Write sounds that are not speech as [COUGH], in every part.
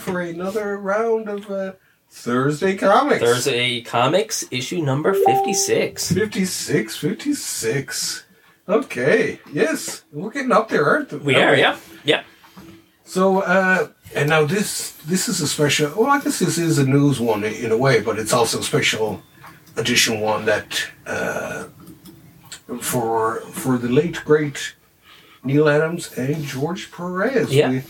for another round of uh, Thursday comics. Thursday Comics, issue number 56. 56, 56. Okay, yes, we're getting up there, aren't we? We are, yeah. Yeah. So, uh, and now this this is a special. Well, I guess this is a news one in a way, but it's also a special edition one that uh, for for the late great Neil Adams and George Perez. Yeah. We,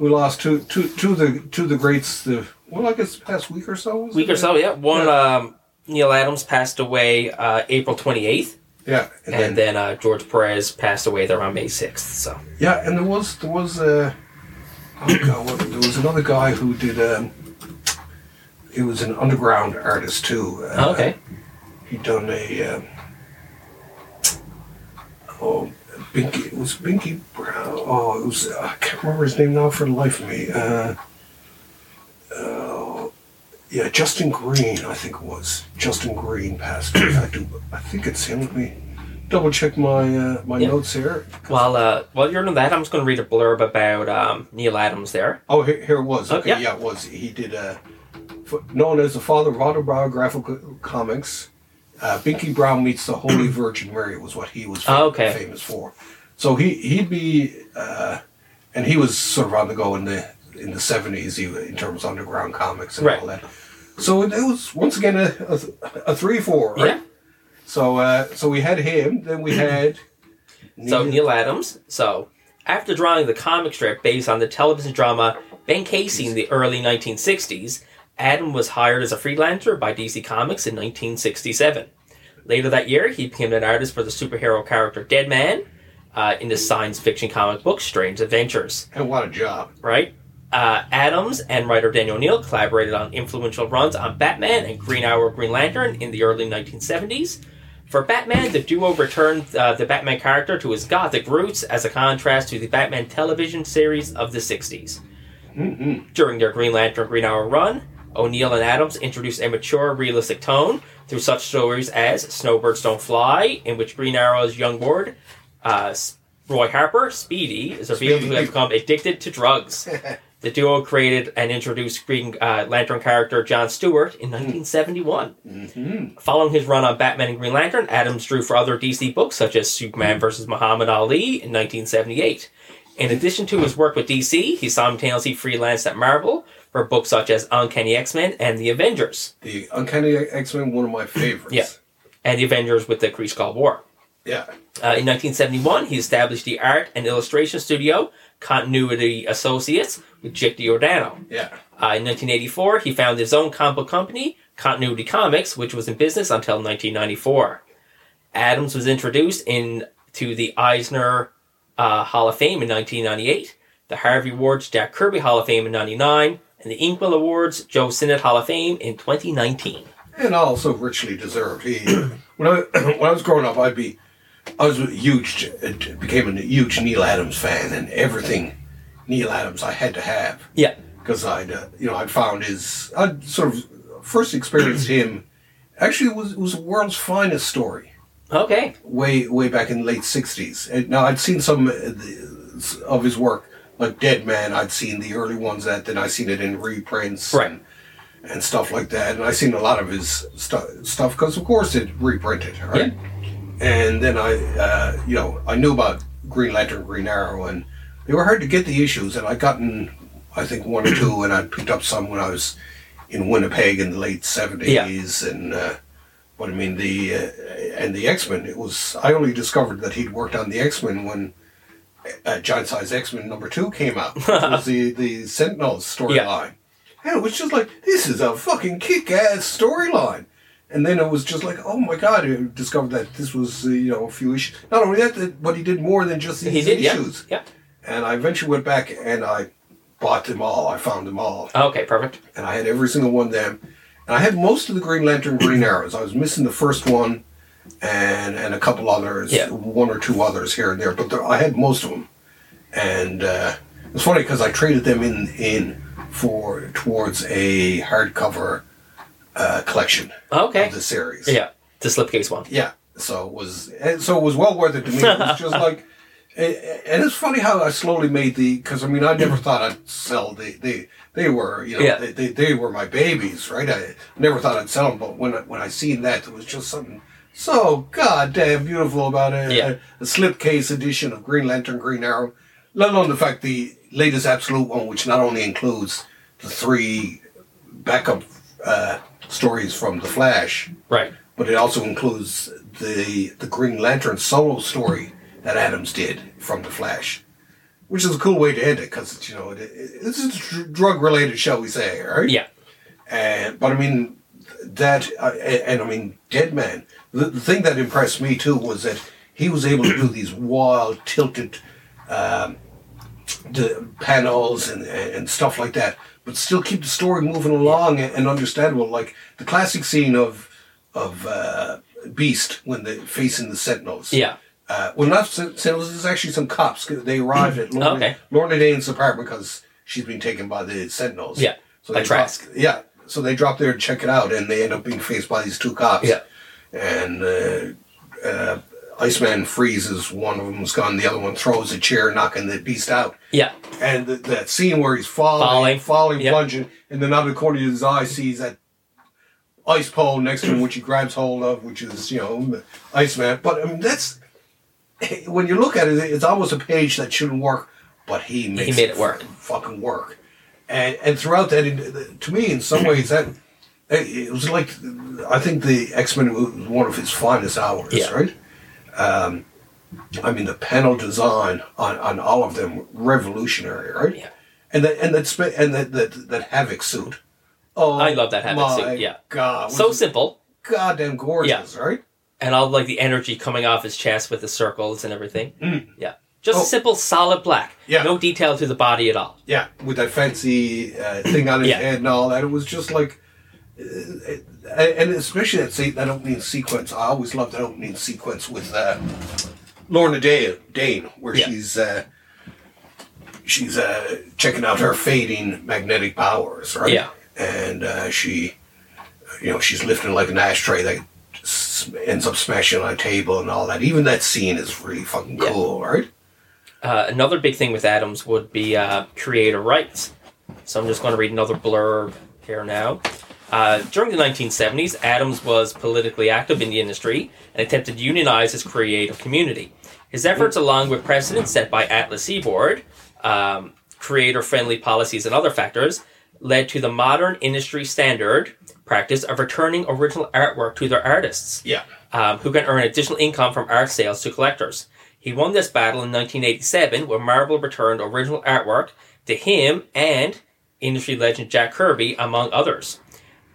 we lost two two two of the two of the greats. The well, I guess the past week or so. was Week it? or so, yeah. One, um, Neil Adams passed away uh, April 28th, Yeah, and then uh, George Perez passed away there on May 6th. So, Yeah, and there was there was uh, oh God, what, there was another guy who did. Um, he was an underground artist too. Uh, okay. He done a. Um, oh, Binky it was Binky Brown. Oh, it was I can't remember his name now for the life of me. Uh, uh, yeah, Justin Green, I think it was. Justin Green passed away. I do. I think it's him. Let me double check my uh, my Yeah. notes here. While, uh, while you're on that, I'm just going to read a blurb about um, Neil Adams there. Oh, here, here it was. Oh, Okay, yeah. yeah. it was. He did a known as the father of autobiographical comics. Uh, Binky Brown meets the [CLEARS THROAT] Holy Virgin Mary was what he was Oh, okay. famous for. So he he'd be, uh, and he was sort of on the go in the in the seventies in terms of underground comics and Right. all that. So it was once again a a, a three four. Right? Yeah. So uh, so we had him. Then we had. [CLEARS THROAT] So Neil Adams. So after drawing the comic strip based on the television drama Ben Casey in the early 1960s, Adam was hired as a freelancer by DC Comics in 1967. Later that year, he became an artist for the superhero character Deadman uh, in the science fiction comic book Strange Adventures and what a job! right? Uh, Adams and writer Daniel Neal collaborated on influential runs on Batman and Green Arrow Green Lantern in the early 1970s. For Batman, the duo returned uh, the Batman character to his gothic roots as a contrast to the Batman television series of the 60s. hmm During their Green Lantern Green Arrow run, O'Neill and Adams introduced a mature, realistic tone through such stories as Snowbirds Don't Fly, in which Green Arrow's young ward, uh, S- Roy Harper, Speedy, is revealed to Speedy. have become addicted to drugs. The duo created and introduced Green uh, Lantern character John Stewart in 1971. hmm Following his run on Batman and Green Lantern, Adams drew for other DC books such as Superman vs. Muhammad Ali in 1978. In addition to his work with DC, he simultaneously freelanced at Marvel for books such as Uncanny X Men and The Avengers, The Uncanny X Men, one of my favorites. Yeah. and The Avengers with the Kree Skull War. Yeah. Uh, in 1971, he established the art and illustration studio Continuity Associates with Dick Giordano. Yeah. Uh, in 1984, he founded his own comic book company, Continuity Comics, which was in business until 1994. Adams was introduced in to the Eisner uh, Hall of Fame in 1998, the Harvey Awards Jack Kirby Hall of Fame in 99, and the Inkwell Awards Joe Sinnott Hall of Fame in 2019. And also richly deserved. He, [COUGHS] when I when I was growing up, I'd be, I was a huge, it became a huge Neil Adams fan, and everything Neil Adams I had to have Yeah, because I'd, uh, you know, I'd found his, I'd sort of first experienced him. Actually, it was it was the world's finest story. okay. way way back in the late '60s. And now I'd seen some uh, the- of his work, like Dead Man. I'd seen the early ones that then I seen it in reprints, Right. And, and stuff like that. And I seen a lot of his stu- stuff because, of course, it reprinted, right? And then I, uh, you know, I knew about Green Lantern, Green Arrow, and they were hard to get the issues. And I gotten, I think, one or two, and I picked up some when I was in Winnipeg in the late '70s, and. Uh, but I mean the uh, and the X Men. It was I only discovered that he'd worked on the X Men when uh, Giant Size X Men number two came out. It [LAUGHS] was the the Sentinels storyline, and it was just like this is a fucking kick ass storyline. And then it was just like, oh my god! I discovered that this was uh, you know a few issues. Not only that, but he did more than just these He did, yeah. issues. Yeah. And I eventually went back and I bought them all. I found them all Okay, perfect. and I had every single one of them. And I had most of the Green Lantern [CLEARS THROAT] Green Arrows. I was missing the first one and and a couple others, Yeah. one or two others here and there, but there, I had most of them. And uh, it's funny because I traded them in in for towards a hardcover uh, collection Okay. of the series. Yeah, the slipcase one. [LAUGHS] Yeah. So it was and so it was well worth it to me. It was just like and it's funny how I slowly made the because I mean I never thought I'd sell the they they were you know Yeah. they, they, they were my babies right I never thought I'd sell them but when I, when I seen that there was just something so goddamn beautiful about a, Yeah. a, slipcase edition of Green Lantern Green Arrow let alone the fact the latest Absolute one which not only includes the three backup uh, stories from the Flash Right. but it also includes the the Green Lantern solo story that Adams did from the Flash, which is a cool way to end it because you know it, it, this is drug related, shall we say, right? Yeah. And but I mean that, uh, and, and I mean Deadman. The, the thing that impressed me too was that he was able to do these wild, tilted um, d- panels and and stuff like that, but still keep the story moving along and, and understandable. Like the classic scene of of uh, Beast when they're facing the Sentinels. Yeah. Uh, well, not Sen- Sentinels. It's actually some cops. 'cause They arrived at Lorna, Okay. Lorna Dane's apartment because she's been taken by the Sentinels. Yeah, by they Trask. drop- yeah. So they drop there and check it out, and they end up being faced by these two cops. Yeah. And uh, uh, Iceman freezes. One of them's gone. The other one throws a chair, knocking the beast out. Yeah. And th- that scene where he's falling, Falling. falling, Yep. plunging, and then out of the corner of his eye sees that ice pole next to him, which he grabs hold of, which is you know Iceman. But I mean that's [LAUGHS] when you look at it, it's almost a page that shouldn't work, but he makes made it work. fucking work. And and throughout that, it, to me, in some ways, that it was like I think the X Men was one of his finest hours, Yeah. right? Um, I mean, the panel design on, on all of them revolutionary, right? Yeah. And that and that sp- and that, that that havoc suit. Oh, I love that Havoc my suit, yeah. God, So so simple. goddamn gorgeous, right? And all like the energy coming off his chest with the circles and everything. Yeah. Just Oh. a simple solid black. Yeah. No detail to the body at all. Yeah, with that fancy uh, thing on his Yeah. head and all that. It was just like, uh, uh, and especially that se- that opening sequence. I always loved that opening sequence with uh, Lorna Day- Dane, where Yeah. she's uh, she's uh, checking out her fading magnetic powers, right? Yeah. and uh, she, you know, she's lifting like an ashtray that s- ends up smashing on a table and all that. Even that scene is really fucking Yeah. cool, right? Uh, another big thing with Adams would be uh, creator rights. So I'm just going to read another blurb here now. Uh, during the 1970s, Adams was politically active in the industry and attempted to unionize his creative community. His efforts, along with precedents set by Atlas Seaboard, um, creator friendly policies, and other factors, led to the modern industry standard practice of returning original artwork to their artists Yeah. um, who can earn additional income from art sales to collectors. He won this battle in 1987 when Marvel returned original artwork to him and industry legend Jack Kirby, among others.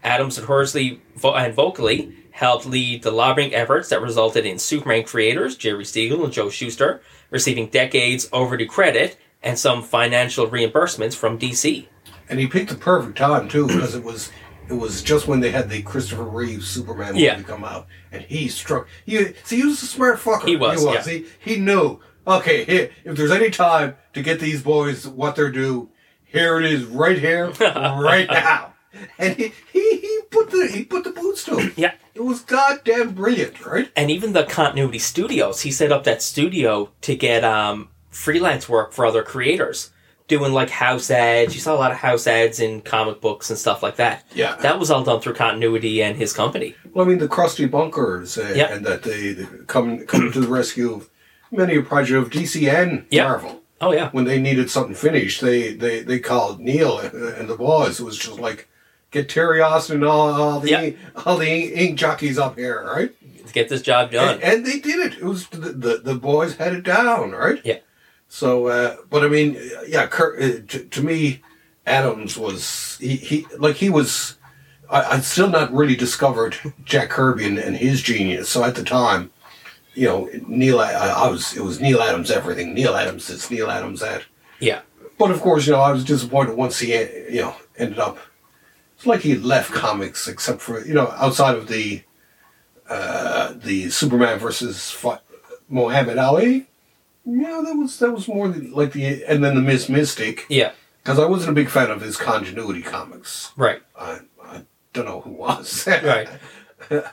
Adams notoriously vo- and vocally helped lead the lobbying efforts that resulted in Superman creators Jerry Siegel and Joe Shuster receiving decades overdue credit and some financial reimbursements from DC. and he picked the perfect time too because it was it was just when they had the Christopher Reeve Superman Yeah. movie come out, and he struck. He see, he was a smart fucker. He was, yeah. He, he knew. Okay, here, if there's any time to get these boys what they're due, here it is, right [LAUGHS] here, right now. And he, he, he put the he put the boots to him. Yeah. it was goddamn brilliant, right? and even the continuity studios he set up that studio to get um, freelance work for other creators doing like house ads you saw a lot of house ads in comic books and stuff like that Yeah. that was all done through continuity and his company Well, I mean, the crusty bunkers uh, Yeah. and that they, they come come to the rescue of many a project of DC and Yeah. Marvel. oh yeah when they needed something finished, they they, they called Neil and the boys. It was just like, get Terry Austin and all, all the Yeah. all the ink, ink jockeys up here, right? to get this job done And, and they did it. It was the, the the boys had it down, right? Yeah. So, uh, but I mean, yeah, Kurt, uh, to, to me, Adams was he, he like he was. I, I'd still not really discovered Jack Kirby and, and his genius. So at the time, you know, Neil, I, I was it was Neil Adams everything. Neil Adams this, Neil Adams that. yeah But of course, you know, I was disappointed once he, you know, ended up. It's like he left comics, except for you know, outside of the, uh, the Superman versus Fi- Muhammad Ali. Yeah, that was that was more than like the and then the Miss Mystic yeah because I wasn't a big fan of his continuity comics. right I, I don't know who was. right [LAUGHS] but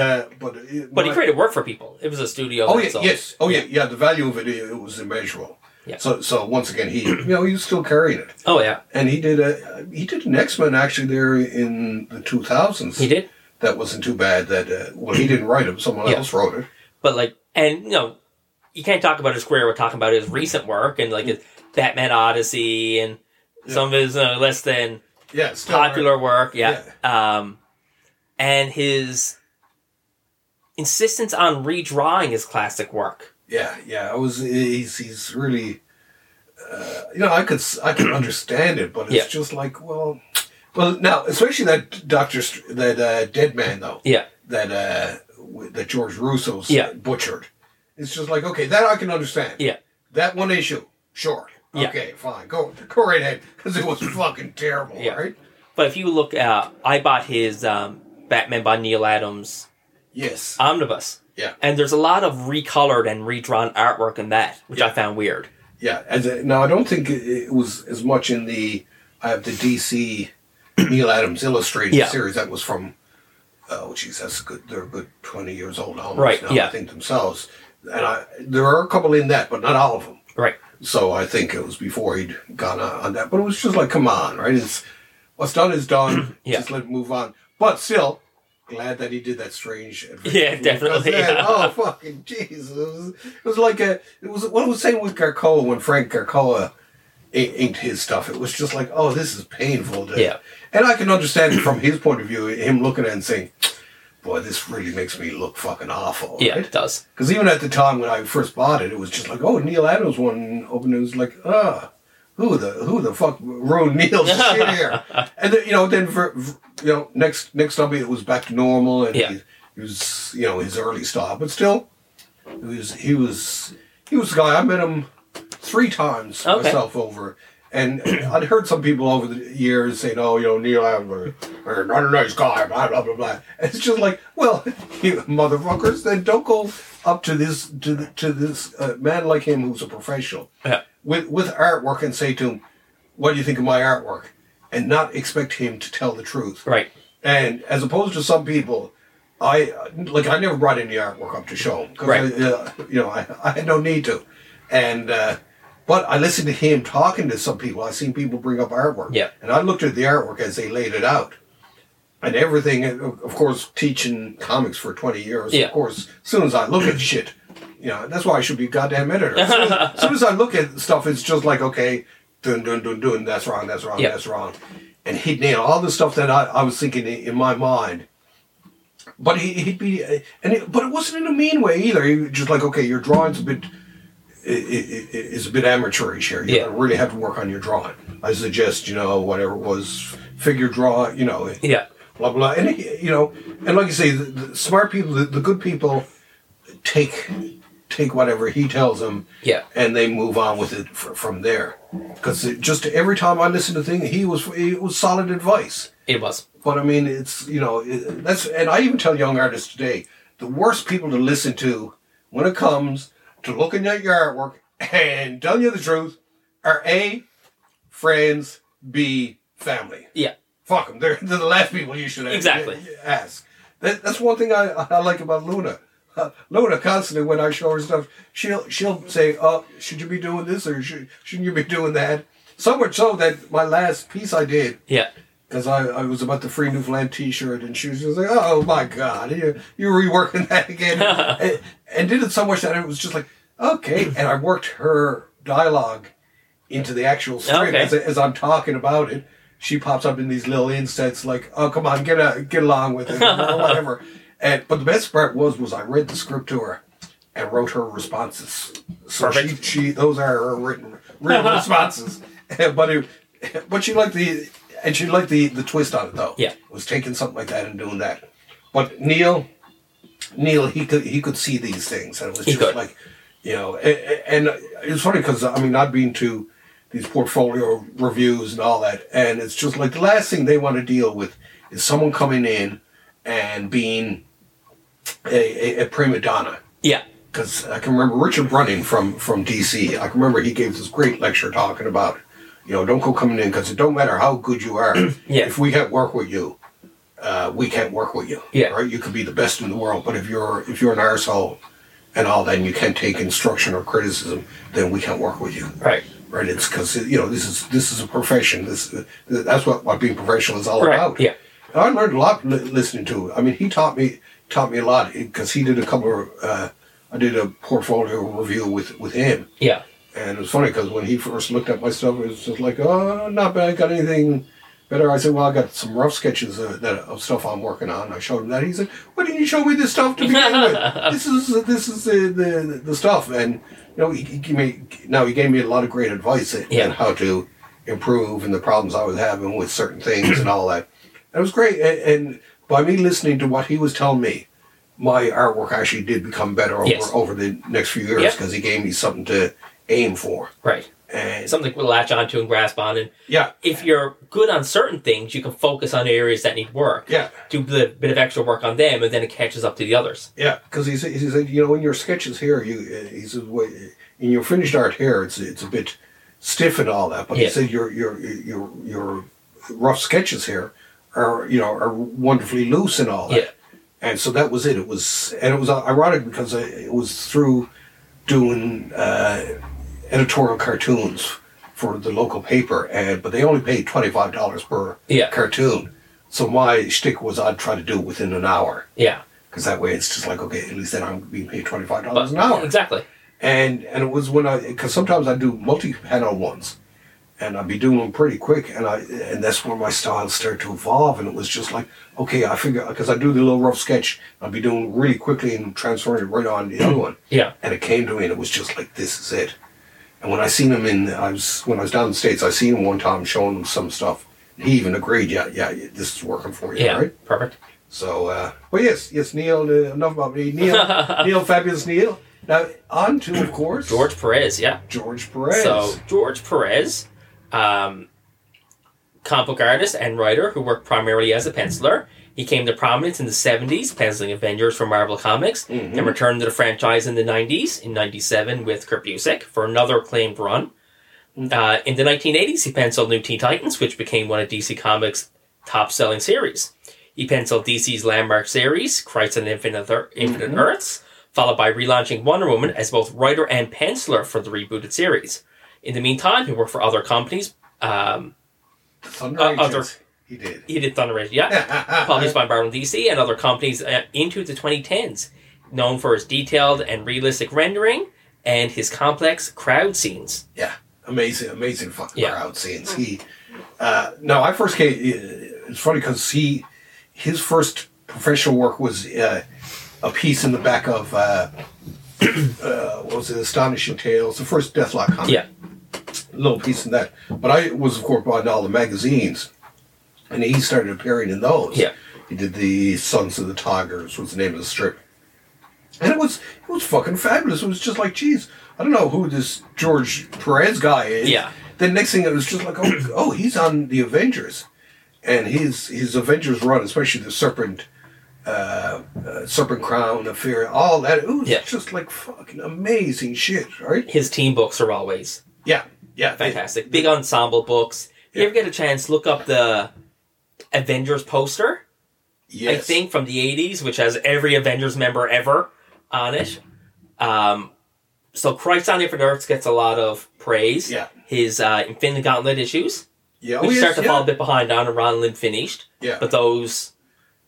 uh, but it- But he my- created work for people. It was a studio. Oh that yeah, sold- yes. Oh yeah, yeah. The value of it, it, it was immeasurable. Yeah. So so once again, he you know he was still carrying it, Oh yeah, and he did a he did an X Men actually there in the two thousands. he did. That wasn't too bad. That uh, well, he didn't write it. Someone Yeah. else wrote it. But like, and you know, you can't talk about his career without talking about his recent work and like his Mm. Batman Odyssey and some of his uh, less than Yeah, it's still popular work. Yeah. Um, and his insistence on redrawing his classic work. Yeah, yeah. I was. He's he's really. Uh, you know, I could s- I could understand it, but it's Yeah. just like well, well now especially that Doctor Str- that uh, Dead Man though Yeah. that uh, w- that George Russo's Yeah. butchered. It's just like okay, that I can understand. Yeah. that one issue, sure. Yeah. Okay, fine. Go go right ahead because it was fucking terrible. Yeah. Right? But if you look, uh, I bought his um, Batman by Neil Adams Yes. omnibus. Yeah. And there's a lot of recolored and redrawn artwork in that, which I Yeah. found weird. Yeah, as a, now I don't think it- it was as much in the I have the DC Neil Adams illustrated Yeah. series that was from oh geez that's a good they're a good twenty years old almost Right, now yeah. I think themselves and I there are a couple in that but not all of them Right. so I think it was before he'd gone on, on that but it was just like come on right it's what's done is [CLEARS THROAT] done Yeah. just let it move on but still glad that he did that strange adventure [LAUGHS] Yeah, because definitely, then, yeah. oh fucking Jesus it was, it was like a it was what I was saying with Garcola when Frank Garcola i- inked his stuff it was just like oh this is painful to, Yeah. and I can understand from his point of view him looking at it and saying boy this really makes me look fucking awful Yeah, right? it does. Because even at the time when I first bought it, it was just like, oh, Neil Adams one opened. It was like, ah, who the who the fuck ruined [LAUGHS] Neil's shit here? And then, you know, then for, for- you know, next next up it was back to normal, and Yeah. he, he was you know his early style, but still, he was he was he was the guy. I met him three times Okay. myself over. And I'd heard some people over the years saying, "Oh, you know, Neil Adams, uh, not a nice guy." Blah blah blah blah. And it's just like, well, [LAUGHS] you motherfuckers, then don't go up to this to the, to this uh, man like him who's a professional Yeah. with with artwork and say to him, "What do you think of my artwork?" and not expect him to tell the truth. Right. And as opposed to some people, I like I never brought any artwork up to show him 'cause Right. I, uh, you know, [LAUGHS] I, I had no need to. And uh, but I listened to him talking to some people. I seen people bring up artwork. Yeah. And I looked at the artwork as they laid it out. And everything, and of of course, teaching comics for twenty years. Yeah. Of course, as soon as I look at shit, you know, that's why I should be goddamn editor. As [LAUGHS] soon as, as soon as I look at stuff, it's just like okay, dun dun dun dun. That's wrong. That's wrong. Yeah. That's wrong. And he'd nail all the stuff that I, I was thinking i- in my mind. But he, he'd be, uh, and it, but it wasn't in a mean way either. He was just like, okay, your drawing's a bit i- i- i- is a bit amateurish here. You Yeah. really have to work on your drawing. I suggest, you know, whatever it was, figure draw, you know, Yeah. blah blah. And you know, and like you say, the, the smart people, the, the good people, take take whatever he tells them, Yeah. and they move on with it fr- from there. Because just every time I listen to things, he was it was solid advice. It was. But I mean, it's you know it, that's and I even tell young artists today the worst people to listen to when it comes to looking at your artwork and telling you the truth are a friends, b family. Yeah. Fuck them. They're, they're the last people you should a- Exactly. ask. That, that's one thing I, I like about Luna. Uh, Luna constantly, when I show her stuff, she'll she'll say, "Oh, should you be doing this or should, shouldn't you be doing that?" So much so that my last piece I did Yeah. because I, I was about to free Newfoundland T-shirt, and she was just like, "Oh my God, you you reworking that again," [LAUGHS] and, and did it so much that it was just like, "Okay." And I worked her dialogue into the actual script Okay. as, as I'm talking about it. She pops up in these little insets like, "Oh come on, get a, get along with it," [LAUGHS] or whatever. And but the best part was was I read the script to her and wrote her responses. So she, Perfect. she those are her written [LAUGHS] written responses. [LAUGHS] but it, but she liked the and she liked the the twist on it though. Yeah. was taking something like that and doing that. But Neil, Neil, he could he could see these things, and it was He just could. like, you know, and, and it's funny because I mean I've been to these portfolio reviews and all that, and it's just like the last thing they want to deal with is someone coming in and being a, a, a prima donna Yeah. because I can remember Richard Brunning from from DC. I can remember he gave this great lecture talking about, you know, don't go coming in because it don't matter how good you are. [CLEARS THROAT] Yeah. If we can't work with you, uh, we can't work with you. Yeah. Right? You could be the best in the world, but if you're if you're an arsehole and all that and you can't take instruction or criticism, then we can't work with you. Right. Right? It's because you know this is this is a profession. This that's what, what being professional is all Right. about. Yeah. And I learned a lot li- listening to. it. I mean, he taught me taught me a lot because he did a couple of. Uh, I did a portfolio review with with him, Yeah. and it was funny because when he first looked at my stuff, it was just like, "Oh, not bad. Got anything better?" I said, "Well, I got some rough sketches of, that, of stuff I'm working on." I showed him that. He said, "Why didn't you show me this stuff to begin [LAUGHS] with? This is this is the, the the stuff." And you know, he, he gave me now he gave me a lot of great advice on Yeah. how to improve and the problems I was having with certain things and all that. It was great, and, and by me listening to what he was telling me, my artwork actually did become better over, Yes. over the next few years Yep. because he gave me something to aim for. Right. And Something to latch onto and grasp on. And yeah, if you're good on certain things, you can focus on areas that need work. yeah, Do a bit bit of extra work on them, and then it catches up to the others. yeah, because he said, he said, you know, in your sketches here, you he says, well, in your finished art here, it's it's a bit stiff and all that, but he Yeah. said your your your your rough sketches here are you know are wonderfully loose and all that. Yeah. and so that was it. It was, and it was ironic because I, it was through doing uh, editorial cartoons for the local paper, and but they only paid twenty five dollars per Yeah. cartoon. So my shtick was I'd try to do it within an hour Yeah. because that way it's just like okay, at least then I'm being paid twenty five But- dollars an hour. Exactly. And and it was when I because sometimes I do multi panel ones, and I'd be doing them pretty quick, and I and that's where my style started to evolve, and it was just like okay, I figure because I do the little rough sketch, I'd be doing it really quickly and transferring it right on to the other one, Yeah. and it came to me, and it was just like this is it. And when I seen him in, I was when I was down in the states, I seen him one time showing him some stuff. He even agreed, yeah, yeah, this is working for you, Yeah. right? Perfect. So, uh, well, yes, yes, Neil. Uh, enough about me, [LAUGHS] Neil. Neil, fabulous Neil. Now on to, of course, George Perez. Yeah. George Perez. So George Perez, um, comic book artist and writer who worked primarily as a penciler. He came to prominence in the 70s, penciling Avengers for Marvel Comics, Mhm. and returned to the franchise in the 90s, in 97 with Kurt Busiek for another acclaimed run. Uh, in the 1980s, he penciled New Teen Titans, which became one of DC Comics' top-selling series. He penciled DC's landmark series, Crisis on Infinite, Ear- Infinite Earths, followed by relaunching Wonder Woman as both writer and penciler for the rebooted series. In the meantime, he worked for other companies. Um, The Thunder uh, Agents. other- He did. he did Thunder Rage, yeah, published Published by Marvel DC and other companies uh, into the 2010s, known for his detailed and realistic rendering and his complex crowd scenes. [LAUGHS] amazing, amazing fucking Yeah. crowd scenes. He. Uh, no, I first came. uh, It's funny because he, his first professional work was uh, a piece in the back of. Uh, [CLEARS THROAT] uh, what was it? Astonishing Tales, the first Deathlock comic. Yeah, little piece in that. But I was, of course, buying all the magazines, and he started appearing in those. Yeah. He did the Sons of the Tigers was the name of the strip, and it was it was fucking fabulous. It was just like, geez, I don't know who this George Perez guy is. Yeah. Then next thing it was just like, oh, oh, he's on the Avengers, and his his Avengers run, especially the Serpent. Uh, uh, Serpent Crown, Affair, all that. It was Yeah. just like fucking amazing shit, right? his team books are always Yeah, yeah. they- fantastic. Big ensemble books. If you ever get a chance, look up the Avengers poster, I yes. think, from the 80s, which has every Avengers member ever on it. Um, so Christ on Infinite Earths gets a lot of praise. Yeah. His uh, Infinite Gauntlet issues, Yeah, which oh, yes, start to yeah. fall a bit behind on, and Ron Lim finished. Yeah. But those,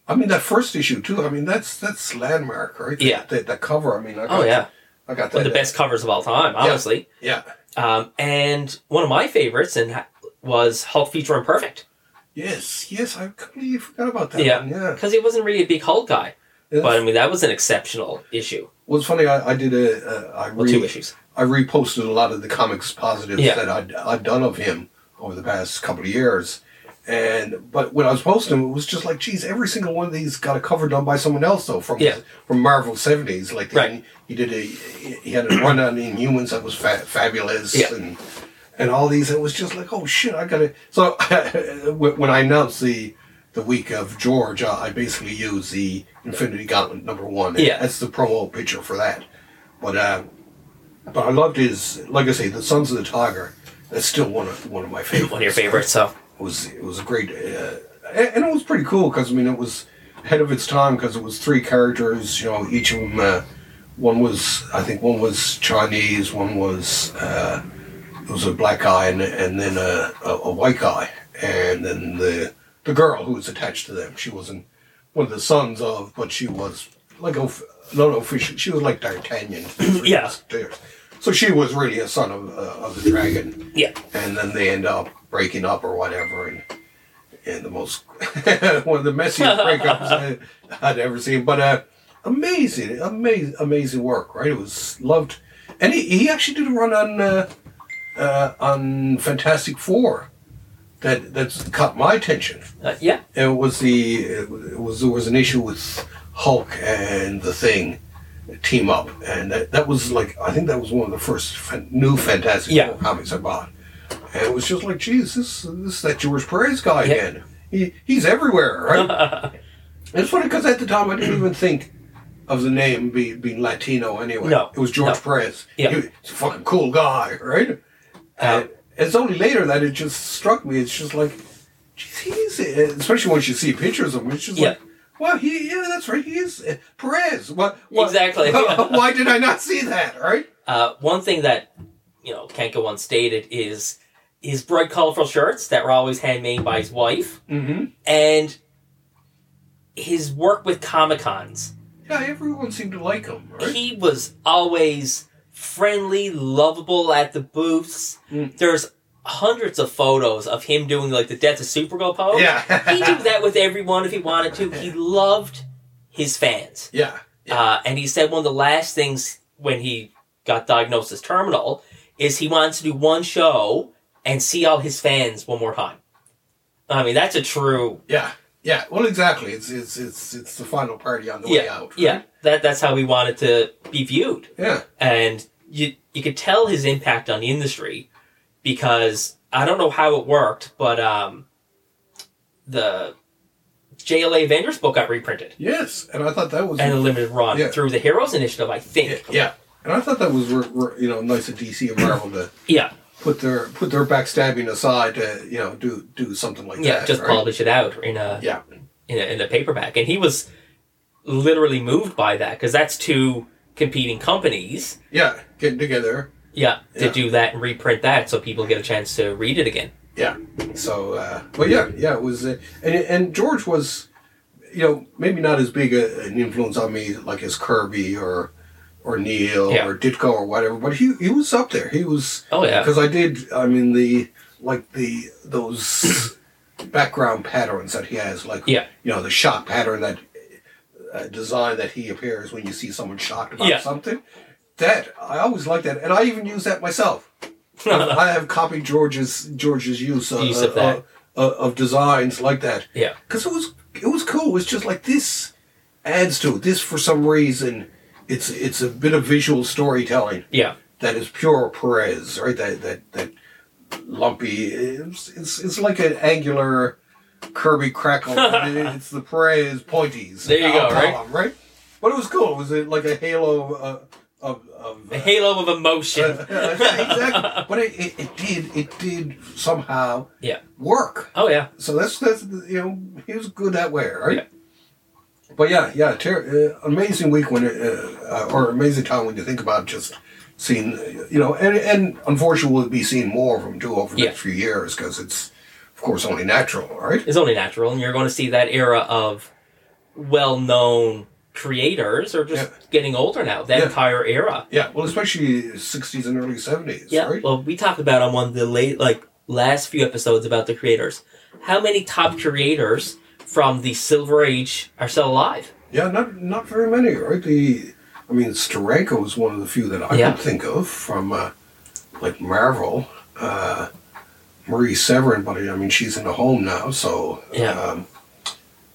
I mean that first issue too. I mean that's that's landmark, right? Yeah. The, the cover. I mean, I got, oh yeah, I got that. one of the best covers of all time, honestly. Yeah, Um, and one of my favorites and ha- was Hulk Feature Imperfect. yes, yes. I completely forgot about that. Yeah. one, yeah. Because he wasn't really a big Hulk guy. It But um, I mean, that was an exceptional issue. was funny. I, I did a, a I Well, two re, issues. I reposted a lot of the comics positives Yeah. that I'd, I'd done of him over the past couple of years. And but when I was posting, it was just like, geez, every single one of these got a cover done by someone else though from Yeah. from Marvel seventies. Like Right. he, he did a he had a run on Inhumans that was fa- fabulous Yeah. and and all these. It was just like, oh shit, I gotta. So [LAUGHS] when when I announced the the week of George, I I basically used the Infinity Gauntlet number one. Yeah. that's the promo picture for that. But uh, but I loved his, like I say, the Sons of the Tiger. That's still [LAUGHS] one of one of my favorites. One of your favorites. So It was it was a great uh, a- and it was pretty cool because I mean it was ahead of its time because it was three characters. You know, each of them. Uh, one was I think one was Chinese, one was uh, it was a black guy, and, and then a, a, a white guy, and then the the girl who was attached to them. She wasn't one of the sons of, but she was like a not official. She was like D'Artagnan. Yeah. Musketeers. So she was really a son of uh, of the dragon Yeah. and then they end up breaking up or whatever and and the most [LAUGHS] one of the messiest breakups I, I'd ever seen but uh amazing amazing amazing work right it was loved and he, he actually did a run on uh, uh on Fantastic Four that that's caught my attention Uh, yeah. it was the it was there was an issue with Hulk and the Thing team up, and that, that was like I think that was one of the first fan, new Fantastic Yeah. Four comics I bought, and it was just like, geez, this this is that George Perez guy Yeah. again. He he's everywhere, right? [LAUGHS] it's funny because at the time I didn't even think. Of the name be, being Latino anyway. No, It was George no. Perez. Yeah. He was a fucking cool guy, right? Uh, And Uh, it's only later that it just struck me. It's just like, geez, he's especially once you see pictures of him. It's just like, Yeah. wow, he yeah, that's right. He is uh, Perez. What, what Exactly. [LAUGHS] why did I not see that? Right? Uh, one thing that you know can't go unstated is his bright, colorful shirts that were always handmade by his wife, Mm-hmm. and his work with Comic Cons. Yeah, everyone seemed to like him. Right? He was always friendly, lovable at the booths. Mm. There's hundreds of photos of him doing like the Death of Supergirl pose. yeah. oh, he did that with everyone if he wanted to. He loved his fans. [LAUGHS] yeah. Yeah. Uh, and he said one of the last things when he got diagnosed as terminal is he wants to do one show and see all his fans one more time. I mean, that's a true. Yeah. Yeah. Well, exactly. It's it's it's it's the final party on the way Yeah, out. right? yeah. That that's how he wanted to be viewed, Yeah. and you you could tell his impact on the industry because I don't know how it worked, but um, the JLA Avengers book got reprinted Yes. And I thought that was and a limited run Yeah. through the Heroes Initiative, I yeah, think. yeah. And I thought that was re- re- you know nice of DC and Marvel to yeah. put their put their backstabbing aside to you know do do something like yeah that. just right? publish it out in a Yeah. in a, in a paperback and he was literally moved by that because that's two competing companies Yeah, getting together. yeah to Yeah. do that and reprint that so people get a chance to read it again Yeah. So, uh, but yeah, yeah, it was, uh, and and George was, you know, maybe not as big a, an influence on me like as Kirby or or Neil Yeah. or Ditko or whatever, but he he was up there. He was oh yeah because I did. I mean the like the those [COUGHS] background patterns that he has, like Yeah. you know, the shot pattern that uh, design that he appears when you see someone shocked about Yeah. something. That I always like that, and I even use that myself. [LAUGHS] I have copied George's George's use of, Use of that. of, of- of designs like that yeah because it was it was cool. It's just like this adds to it. This for some reason it's it's a bit of visual storytelling yeah that is pure Perez, right? That that that lumpy. It's it's, it's like an angular Kirby [LAUGHS] crackle. but it- it's the Perez pointies. There you go, I'll call right? them, right? But it was cool. It was uh, like a halo uh, of of. a uh, halo of emotion [LAUGHS] yeah, exactly. But it, it, it did it did somehow yeah work. oh yeah So that's that's you know he was good that way, right? Yeah. But yeah, yeah, ter- uh, amazing week when it, uh, uh, or amazing time when you think about just seeing uh, you know and and unfortunately we'll be seeing more of him too over the Yeah. next few years because it's of course only natural, right? it's only natural and you're going to see that era of well-known creators are just Yeah. getting older now that Yeah. entire era Yeah, well, especially sixties and early seventies, Yeah. right? Well, we talked about on one of the late, like last few episodes about the creators. How many top creators from the Silver Age are still alive? Yeah, not not very many, right? The, I mean, Starenko was one of the few that I Yeah. could think of from, uh, like Marvel, uh, Marie Severin, but I mean she's in the home now, so Yeah. Um,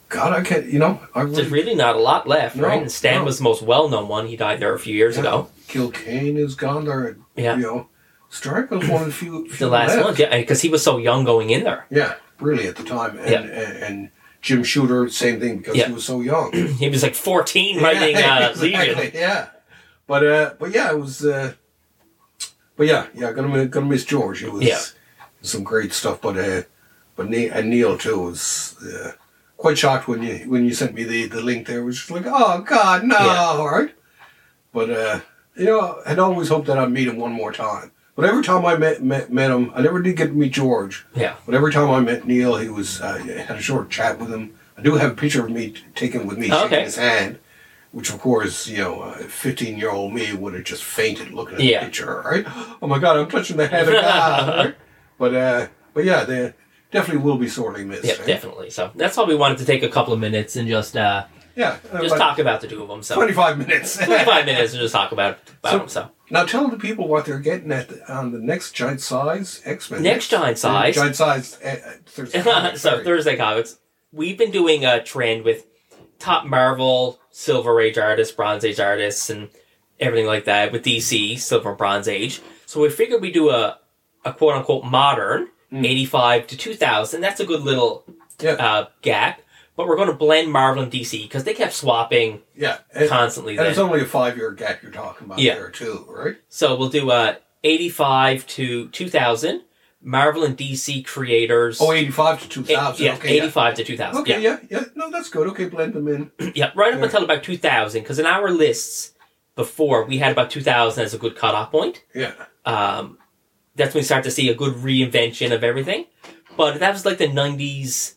God, I can't. You know, I There's really really not a lot left, Mm. No, right? And Stan no. was the most well-known one. He died there a few [LAUGHS] years ago. Kilcane is gone there. Yeah. You know, Starenko's one of the few. [CLEARS THROAT] few The last left. one, yeah, because he was so young going in there. Yeah, really at the time, and Yeah. and, and Jim Shooter, same thing because Yeah. he was so young. He was like 14 [LAUGHS] writing uh, Legion. Yeah, but uh, but yeah, it was. Uh, but yeah, yeah, gonna mi- gonna miss George. It was Yeah. some great stuff, but uh, But Neil, and Neil too was uh, quite shocked when you when you sent me the, the link there, which was like, oh God, no, Yeah. all right. But uh, you know, I'd always hoped that I'd meet him one more time. But every time I met met, met him, I never did get to meet George. Yeah. But every time I met Neil, he was uh, I had a short chat with him. I do have a picture of me t- taken with me Oh, shaking okay. his hand, which of course you know, fifteen year old me would have just fainted looking at Yeah. the picture. Right? [GASPS] Oh my God, I'm touching the hand of God. [LAUGHS] right? But uh, but yeah, they definitely will be sorely missed. Yeah, eh? definitely. So that's why we wanted to take a couple of minutes and just uh, Yeah, uh, just about talk about the two of them. So [LAUGHS] Twenty-five minutes. 25 minutes and just talk about, about So- [LAUGHS] them. So now tell the people what they're getting at the, on the next giant size X Men. next giant size. Giant size. Uh, uh, Thursday Comic, [LAUGHS] so sorry. Thursday comics, we've been doing a trend with top Marvel, Silver Age artists, Bronze Age artists, and everything like that with DC, Silver and Bronze Age. So we figured we do a a quote unquote modern Mm. eighty five to two thousand. That's a good little Yeah. uh, gap. But we're going to blend Marvel and DC because they kept swapping yeah, and, constantly. and Then. it's only a five-year gap you're talking about Yeah. there too, right? So we'll do uh, 85 to 2000, Marvel and DC creators. Oh, 85 to Eight- 2000. yeah, okay, 85 to yeah. 2000. Okay, yeah. yeah, No, that's good. Okay, blend them in. [CLEARS THROAT] yeah. yeah, right up Yeah. until about 2000, because in our lists before, we had about 2000 as a good cutoff point. Yeah, Um, that's when we start to see a good reinvention of everything. But that was like the 90s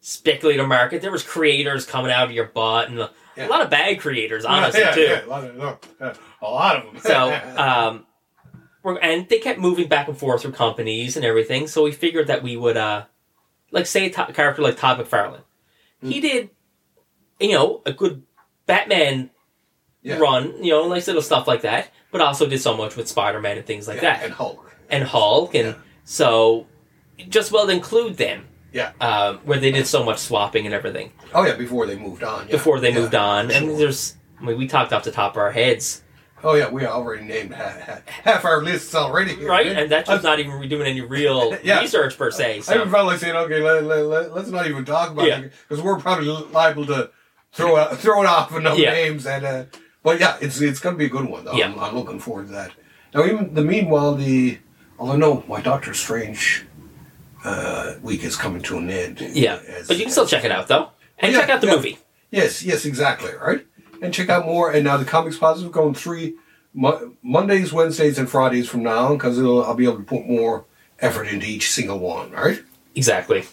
speculator market. There was creators coming out of your butt and a, Yeah. a lot of bad creators, [LAUGHS] honestly, yeah, too. Yeah, a lot of, no, uh, a lot of them. [LAUGHS] So, um, we're, and they kept moving back and forth through companies and everything. So we figured that we would, uh, like, say a to- character like Todd McFarlane. Hmm. He did, you know, a good Batman Yeah. run, you know, nice little stuff like that. But also did so much with Spider Man and things like yeah, that, and and, Hulk. Hulk, and Yeah. so just well to include them. Yeah. Um, where they did so much swapping and everything Oh yeah, before they moved on. Yeah. before they yeah. moved on. sure. And there's, I mean, we talked off the top of our heads, Oh yeah, we already named half, half, half our lists already. here, right? And that's I've- just not even doing any real [LAUGHS] Yeah. research per se. I even So. felt like saying, okay, let, let, let, us not even talk about Yeah. it because we're probably liable to throw out, throw it off enough Yeah. names. And uh, but yeah, it's it's gonna be a good one though. Yeah. I'm, I'm looking forward to that. Now, even the meanwhile, the although no, my Doctor Strange uh, week is coming to an end. Yeah, As- but you can still check it out though, and Yeah, check out the yeah. movie. Yes, yes, exactly, right? And check out more. And now the Comics Positive going three Mo- Mondays, Wednesdays, and Fridays from now on because I'll be able to put more effort into each single one, right? Exactly.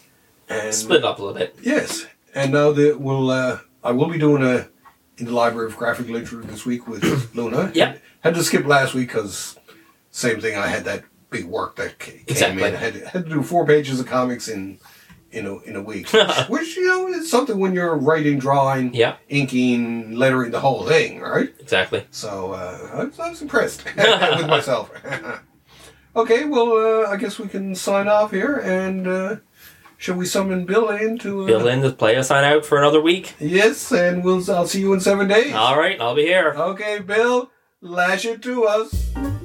And Split it up a little bit. yes, and now that we'll, uh, I will be doing a in the Library of Graphic Literature this week with Luna. Yeah. had to skip last week because same thing. I had that big work that ca- came Exactly. in. I had to, had to do four pages of comics in in a in a week, which you know is something when you're writing, drawing, Yeah. inking, lettering the whole thing, right? Exactly. So uh, I, was, I was impressed [LAUGHS] with myself. [LAUGHS] okay, well, uh, I guess we can sign off here. And uh, shall we summon Bill in to. Uh, Bill in to play a sign out for another week. Yes, and we'll, I'll see you in seven days. All right, I'll be here. Okay, Bill, lash it to us.